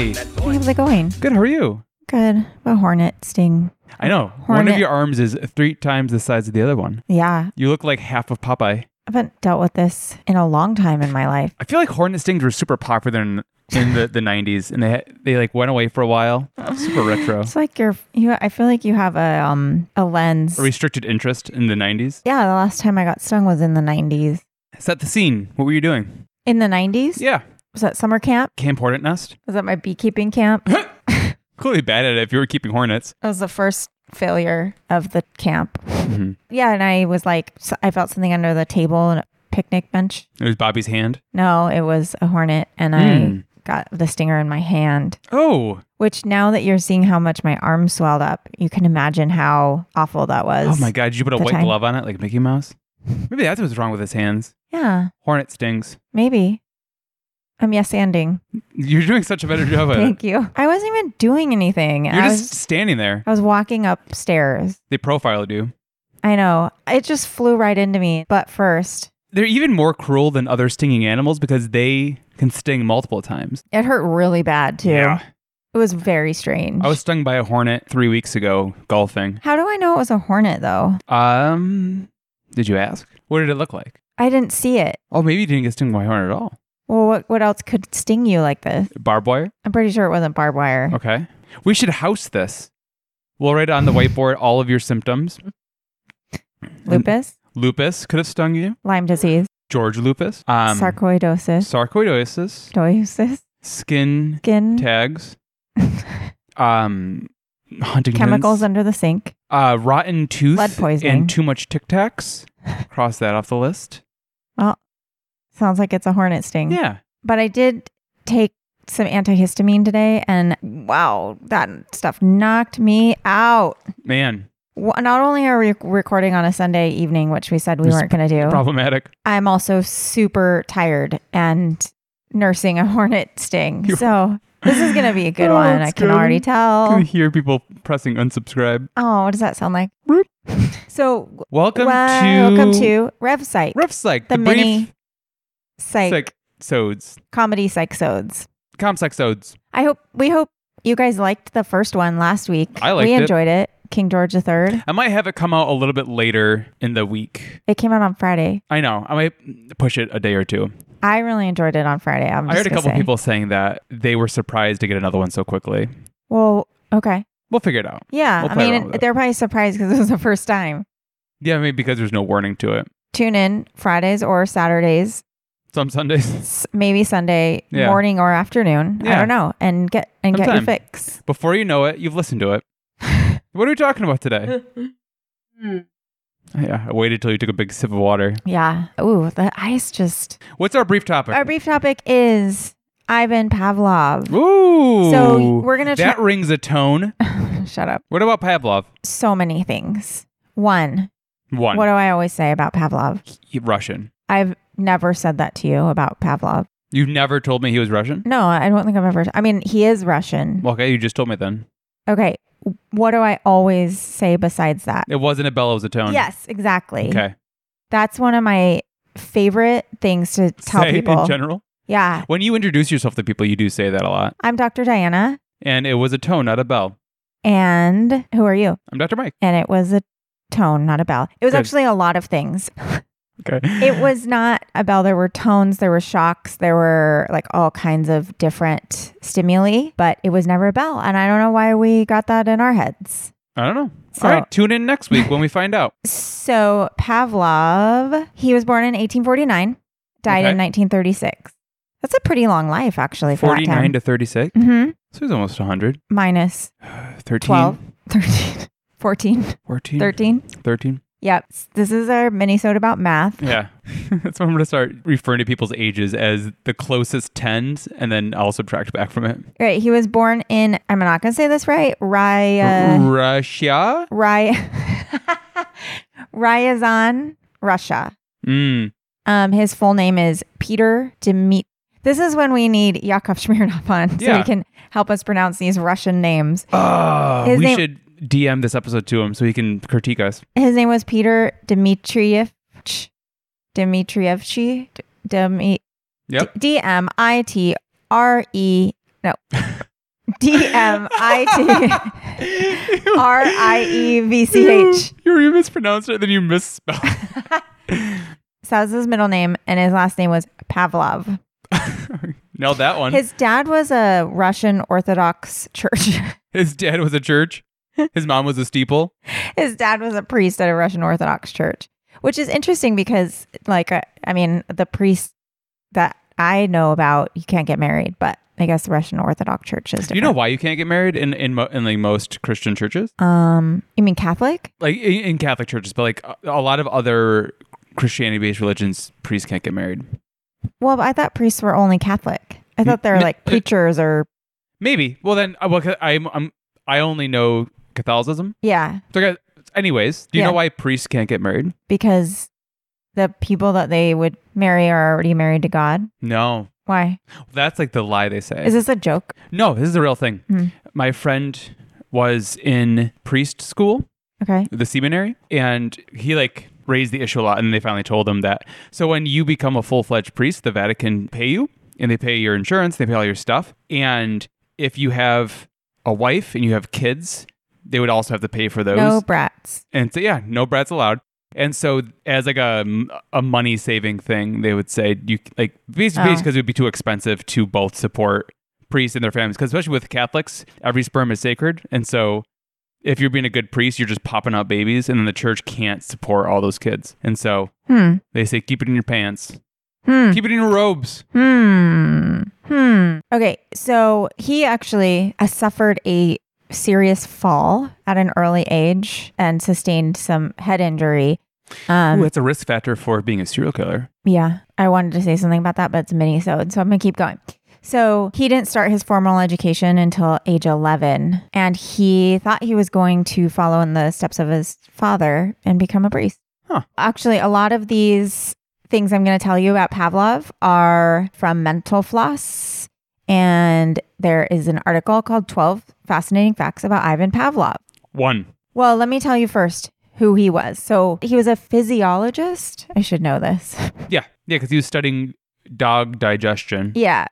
How's it going? Good. How are you? Good. A hornet sting. I know. One Hornet. of your arms is three times the size of the other one. Yeah. You look like half of Popeye. I haven't dealt with this in a long time in my life. I feel like hornet stings were super popular in, in the, the 90s and they ha- they like went away for a while. Super retro. It's like you're you I feel like you have a um a lens. A restricted interest in the 90s. yeah, the last time I got stung was in the 90s. Set the scene. What were you doing? In the 90s? Yeah. Was that summer camp? Camp Hornet Nest. Was that my beekeeping camp? that Clearly bad at it if you were keeping hornets. was the first failure of the camp. Mhm. Yeah, and I was like s- I felt something under the table and a picnic bench. It was Bobby's hand. No, it was a hornet and Hmm. I got the stinger in my hand. Oh. Which now that you're seeing how much my arm swelled up, you can imagine how awful that was. Oh my God. Did you put a The white time. glove on it like Mickey Mouse? Maybe that's what's wrong with his hands. Yeah, Hornet stings. maybe. I'm yes anding. You're doing such a better job at it. Thank you. I wasn't even doing anything. You're I just was standing there. I was walking upstairs. They profiled you. I know. It just flew right into me. But first, They're even more cruel than other stinging animals because they can sting multiple times. it hurt really bad too. It was very strange. I was stung by a hornet three weeks ago golfing. How do I know it was a hornet though? Um, did you ask? What did it look like? I didn't see it. Oh, maybe you didn't get stung by a hornet at all. Well, what, what else could sting you like this? Barbed wire? I'm pretty sure it wasn't barbed wire. Okay. We should house this. We'll write on the whiteboard all of your symptoms. Lupus, Lupus could have stung you. Lyme disease, George lupus. Um, sarcoidosis, sarcoidosis. ptosis, Skin skin tags. Um, Huntington's. chemicals under the sink. uh, rotten tooth Lead poisoning. and too much Tic Tacs. Cross that off the list. Sounds like it's a hornet sting. Yeah, But I did take some antihistamine today, and wow, that stuff knocked me out. man, Wh- Not only are we recording on a Sunday evening, which we said we It's weren't going to do, problematic. I'm also super tired and nursing a hornet sting. You- So this is going to be a good Oh, one. it's I can good. already Can tell. you hear people pressing unsubscribe? Oh, what does that sound like? Roop. So Welcome wel- to welcome to Rev Psych, Rough Psych, the, the, mini brief psych, psych sodes, comedy psych sodes. compsec sodes. I hope we hope you guys liked the first one last week. I liked we it. enjoyed it. King George III. I might have it come out a little bit later in the week. It came out on Friday. I know. I might push it a day or two. I really enjoyed it on Friday. I'm I just heard a gonna couple say. people saying that they were surprised to get another one so quickly. Well, okay, We'll figure it out. yeah. We'll I play mean, around with it. they're probably surprised because it was the first time. Yeah, maybe because there's no warning to it. Tune in Fridays or Saturdays, Some Sundays s- maybe Sunday Yeah. morning or afternoon. I Yeah. don't know, and get and get your Sometime. fix. Before you know it, you've listened to it. what are we talking about today? Hmm. yeah, I waited till you took a big sip of water. Yeah. Ooh, the ice just. What's our brief topic? Our brief topic is Ivan Pavlov. Ooh. So we're gonna try- That rings a tone. Shut up. What about Pavlov? So many things. One, One. What do I always say about Pavlov? He- Russian. I've never said that to you about Pavlov. You never told me he was Russian? No, I don't think I've ever. I mean, he is Russian. Well, Okay, you just told me then. Okay. What do I always say besides that? It wasn't a bell, it was a tone. Yes, exactly. Okay. That's one of my favorite things to tell Say people. in general. yeah. When you introduce yourself to people, you do say that a lot. I'm Dr. Diana. And it was a tone, not a bell. And who are you? I'm Dr. Mike. And it was a tone, not a bell. It was Good. actually a lot of things. Okay. It was not a bell. There were tones, there were shocks, there were like all kinds of different stimuli, but it was never a bell. And I don't know why we got that in our heads. I don't know. So- All right, tune in next week when we find out. So Pavlov, he was born in 1849, died in Okay. 1936. That's a pretty long life, actually, for 49 to 36. that time. Mm-hmm. So he's almost 100. Minus 13. 12, 13, 14, 14. 13. 13. Yep. This is our minisode about math. Yeah. That's when I'm going to start referring to people's ages as the closest tens, and then I'll subtract back from it. Right. He was born in, I'm not going to say this right, Raya. Russia? Ry- Ryazan, Russia. Mm. Um, his full name is Peter Demit. This is when we need Yakov Smirnov on so Yeah. he can help us pronounce these Russian names. Ah, His we name- should DM this episode to him so he can critique us. His name was Peter Dmitrievich. Dmitrievich? Demi- Yep. D M I T R E. No. D M I T R I E V C H. You, you mispronounced it, then you misspelled. So that was his middle name, and his last name was Pavlov. Nailed that one. His, His dad was a Russian Orthodox church. dad was a church. His mom was a steeple. his dad was a priest at a Russian Orthodox church, which is interesting because, like, I, I mean, the priest that I know about, you can't get married, but I guess the Russian Orthodox Church is different. Do you know why you can't get married in in, mo- in like most Christian churches? Um, you mean Catholic? Like in, in Catholic churches, but like a, a lot of other Christianity-based religions, priests can't get married. Well, I thought priests were only Catholic. I thought they were n- like uh, preachers or Maybe. Well, then, uh, well, 'cause I'm, I'm I only know Catholicism. yeah, So, guys, anyways, do you Yeah. know why priests can't get married? because the people that they would marry are already married to God. No, Why? that's like the lie they say. Is this a joke? no, this is the real thing. Hmm. My friend was in priest school, Okay. the seminary, and he like raised the issue a lot, and they finally told him that. So when you become a full fledged priest, the Vatican pay you, and they pay your insurance, they pay all your stuff, and if you have a wife and you have kids, they would also have to pay for those. No brats. And so, yeah, no brats allowed. And so, as like a, a money saving thing, they would say you like basically Oh. because it would be too expensive to both support priests and their families. Because especially with Catholics, every sperm is sacred, and so if you're being a good priest, you're just popping out babies, and then the church can't support all those kids. And so Hmm. they say keep it in your pants, Hmm. keep it in your robes. Hmm. Hmm. Okay. So he actually uh, suffered a serious fall at an early age and sustained some head injury. Um, Ooh, that's a risk factor for being a serial killer. yeah, I wanted to say something about that, but it's a mini so so I'm gonna keep going. So he didn't start his formal education until age 11, and he thought he was going to follow in the steps of his father and become a priest. Huh. Actually, a lot of these things I'm going to tell you about Pavlov are from Mental Floss, and there is an article called 12 Fascinating Facts About Ivan Pavlov. One. Well, let me tell you first who he was. So he was a physiologist. I should know this. Yeah, yeah, because he was studying dog digestion. Yeah.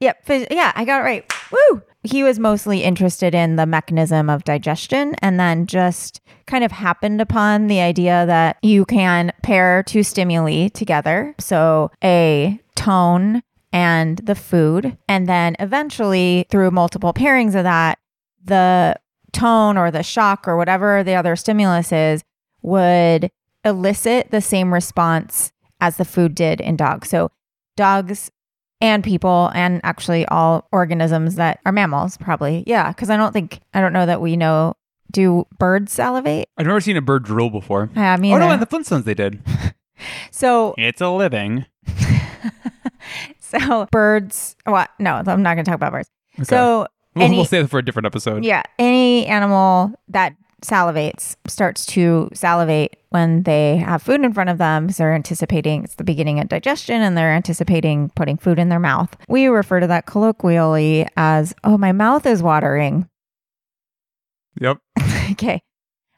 Yep. Phys- yeah, I got it right. Woo! He was mostly interested in the mechanism of digestion and then just kind of happened upon the idea that you can pair two stimuli together. So, a tone and the food. And then eventually, through multiple pairings of that, the tone or the shock or whatever the other stimulus is would elicit the same response as the food did in dogs. So, dogs and people and actually all organisms that are mammals probably yeah because i don't think i don't know that we know do birds salivate I've never seen a bird drool before. i mean Oh no, in the Flintstones they did. so It's a living. so birds what no i'm not going to talk about birds so we'll, any- we'll save it for a different episode. yeah any animal that salivates starts to salivate when they have food in front of them because they're anticipating it's the beginning of digestion and they're anticipating putting food in their mouth we refer to that colloquially as oh my mouth is watering Yep. Okay.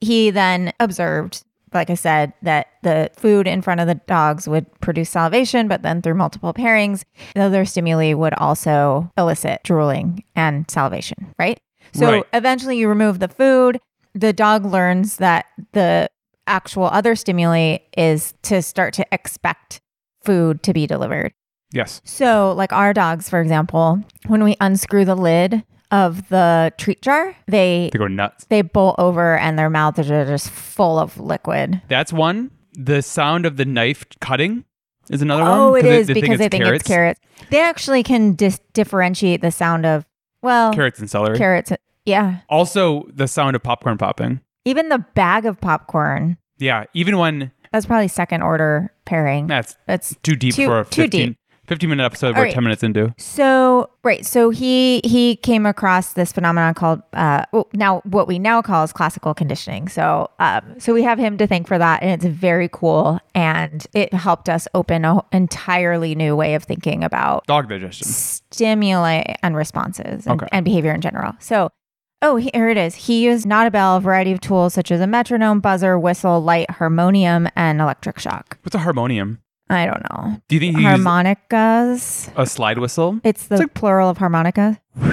He then observed, like I said, that the food in front of the dogs would produce salivation, but then through multiple pairings, the other stimuli would also elicit drooling and salivation, right? So Right. eventually you remove the food. The dog learns that the actual other stimuli is to start to expect food to be delivered. Yes. So, like our dogs, for example, when we unscrew the lid of the treat jar, they They go nuts. they bowl over and their mouths are just full of liquid. That's one. The sound of the knife cutting is another one. Oh, it 'cause is because they think it's carrots. They actually can dis- differentiate the sound of well Carrots and celery. carrots. Yeah, also, the sound of popcorn popping. even the bag of popcorn. Yeah. Even when That's probably second order pairing. that's That's too deep Too- for a too 15, 15 minute episode, we're right. 10 minutes into. so right. So he he came across this phenomenon called uh, well, now what we now call is classical conditioning. So um, so we have him to thank for that, and it's very cool, and it helped us open an entirely new way of thinking about Dog digestion. stimuli and responses and, Okay. and behavior in general. So, oh, here it is. He used not a bell, a variety of tools such as a metronome, buzzer, whistle, light, harmonium, and electric shock. What's a harmonium? I don't know. Do you think he used Harmonicas. a slide whistle? It's the It's like- plural of harmonica.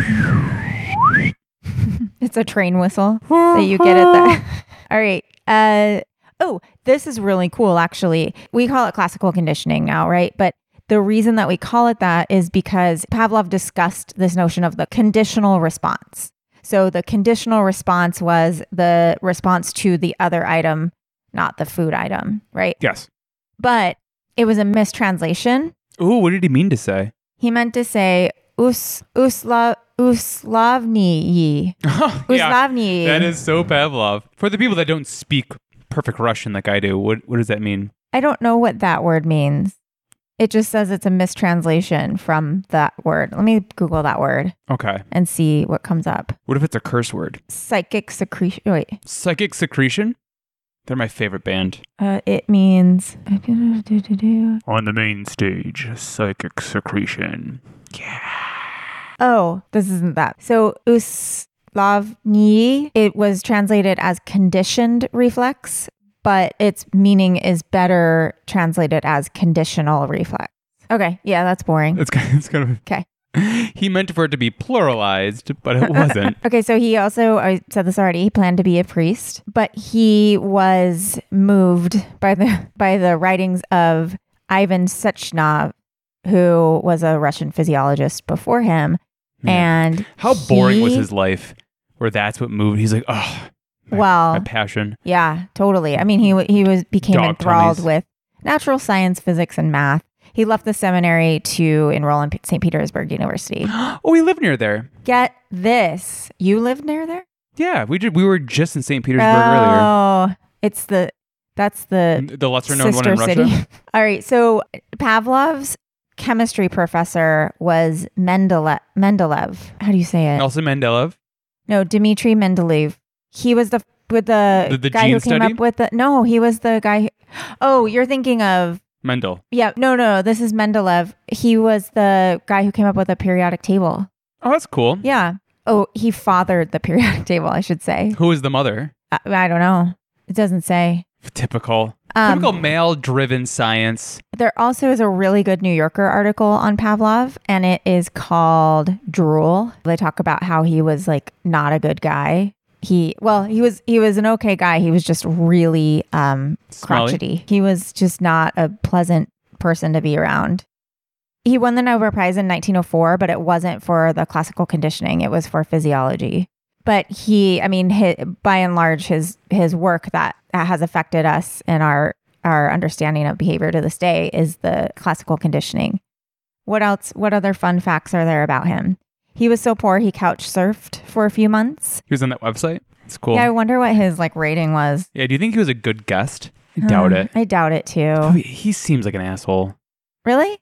It's a train whistle that you get at the. Uh-huh. All right. Uh, oh, this is really cool, actually. We call it classical conditioning now, right? But the reason that we call it that is because Pavlov discussed this notion of the conditional response. So the conditional response was the response to the other item, not the food item, right? Yes. But it was a mistranslation. Ooh, what did he mean to say? He meant to say, us, usla, uslavniyi. Uslavniyi. That is so Pavlov. For the people that don't speak perfect Russian like I do, what, what does that mean? I don't know what that word means. It just says it's a mistranslation from that word. Let me Google that word Okay. and see what comes up. What if it's a curse word? Psychic secretion. Wait, Psychic secretion? They're my favorite band. uh, it means. On the main stage, psychic secretion. Oh, this isn't that. So uslavni, it was translated as conditioned reflex, but its meaning is better translated as conditional reflex. Okay, yeah, that's boring. It's kind of, it's kind of Okay. He meant for it to be pluralized, but it wasn't. Okay, so he also, I said this already, he planned to be a priest, but he was moved by the by the writings of Ivan Sechnov, who was a Russian physiologist before him. Yeah. And how boring was he- his life? Where that's what moved. He's like, oh, well, my passion. Yeah, totally. I mean, he wa- he was became Dog enthralled tummies. with natural science, physics, and math. He left the seminary to enroll in P- St. Petersburg University. Oh, we live near there. Get this, you live near there? Yeah, we did. We were just in St. Petersburg oh, it's the that's the earlier. The lesser known one sister in city. Russia. All right, so Pavlov's chemistry professor was Mendele- Mendeleev. How do you say it? Nelson Mandela. No, Dmitry Mendeleev. He was the with the, The- the guy gene who came study? up with the no. He was the guy. Who, oh, you're thinking of Mendel. yeah. No, no, this is Mendeleev. He was the guy who came up with the periodic table. Oh, that's cool. Yeah. Oh, he fathered the periodic table. I should say. Who is the mother? I, I don't know. It doesn't say. Typical. Um, Typical male driven science. There also is a really good New Yorker article on Pavlov, and it is called Drool. They talk about how he was like not a good guy. He well, he was he was an okay guy. He was just really um Smelly. crotchety. He was just not a pleasant person to be around. He won the Nobel Prize in 1904, but it wasn't for the classical conditioning. It was for physiology. But he, I mean, hi by and large, his his work that, that has affected us and our our understanding of behavior to this day is the classical conditioning. What else? What other fun facts are there about him? He was so poor he couch surfed for a few months. He was on that website. It's cool. Yeah, I wonder what his like rating was. Yeah, do you think he was a good guest? I doubt Um, it. Oh, I doubt it But too. He he seems like an asshole. Really?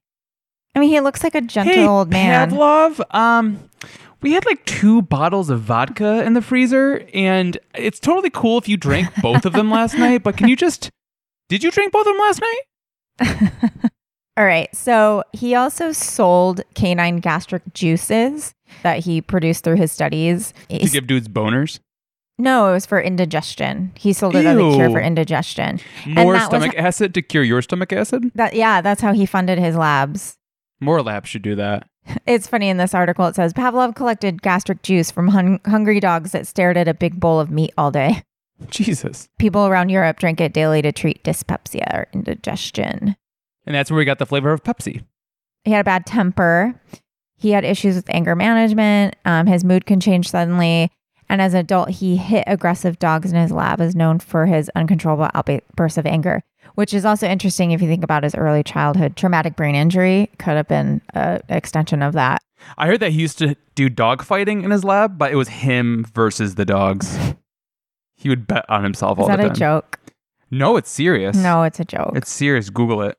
I mean, he looks like a gentle hey, old man. Pavlov, um, we had like two bottles of vodka in the freezer, and it's totally cool if you drank both of them last night, but can you just. Did you drink both of them last night? All right. So he also sold canine gastric juices that he produced through his studies. To give dudes boners? no, it was for indigestion. He sold it as a cure Ew. for indigestion. More that was- stomach acid to cure your stomach acid? That yeah, that's how he funded his labs. More labs should do that. It's funny in this article, it says Pavlov collected gastric juice from hun- hungry dogs that stared at a big bowl of meat all day. Jesus. People around Europe drink it daily to treat dyspepsia or indigestion. And that's where we got the flavor of Pepsi. He had a bad temper. He had issues with anger management. Um, his mood can change suddenly. And as an adult, he hit aggressive dogs in his lab, is known for his uncontrollable outbursts of anger, which is also interesting if you think about his early childhood. Traumatic brain injury could have been an extension of that. I heard that he used to do dog fighting in his lab, but it was him versus the dogs. He would bet on himself Is all that the a time. joke? No, it's serious. No, it's a joke. It's serious. Google it.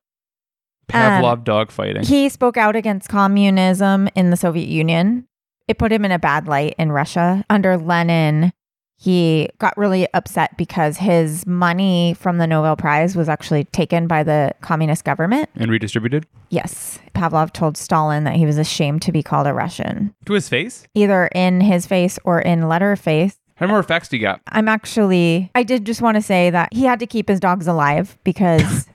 Um, Pavlov dog fighting. He spoke out against communism in the Soviet Union. It put him in a bad light in Russia. Under Lenin, he got really upset because his money from the Nobel Prize was actually taken by the communist government. and redistributed Yes, Pavlov told Stalin that he was ashamed to be called a Russian, to his face. either in his face or in letter face. How many more facts do you got? I'm actually, I did just want to say that he had to keep his dogs alive because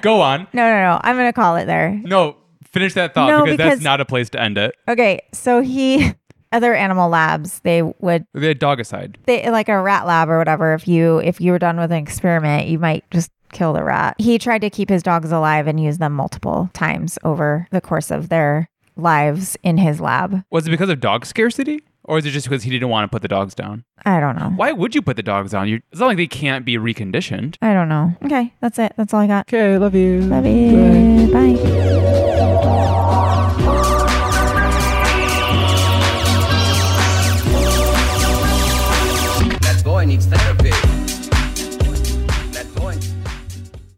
Go on. no, no, no, I'm going to call it there. No, Finish that thought No, because, that's because- not a place to end it. Okay, so he other animal labs they would They had dogicide. they like a rat lab or whatever if you if you were done with an experiment you might just kill the rat he tried to keep his dogs alive and use them multiple times over the course of their lives in his lab Was it because of dog scarcity? Or is it just because he didn't want to put the dogs down? i don't know Why would you put the dogs on? you it's not like they can't be reconditioned. i don't know okay that's it that's all i got Okay, love you. love you bye.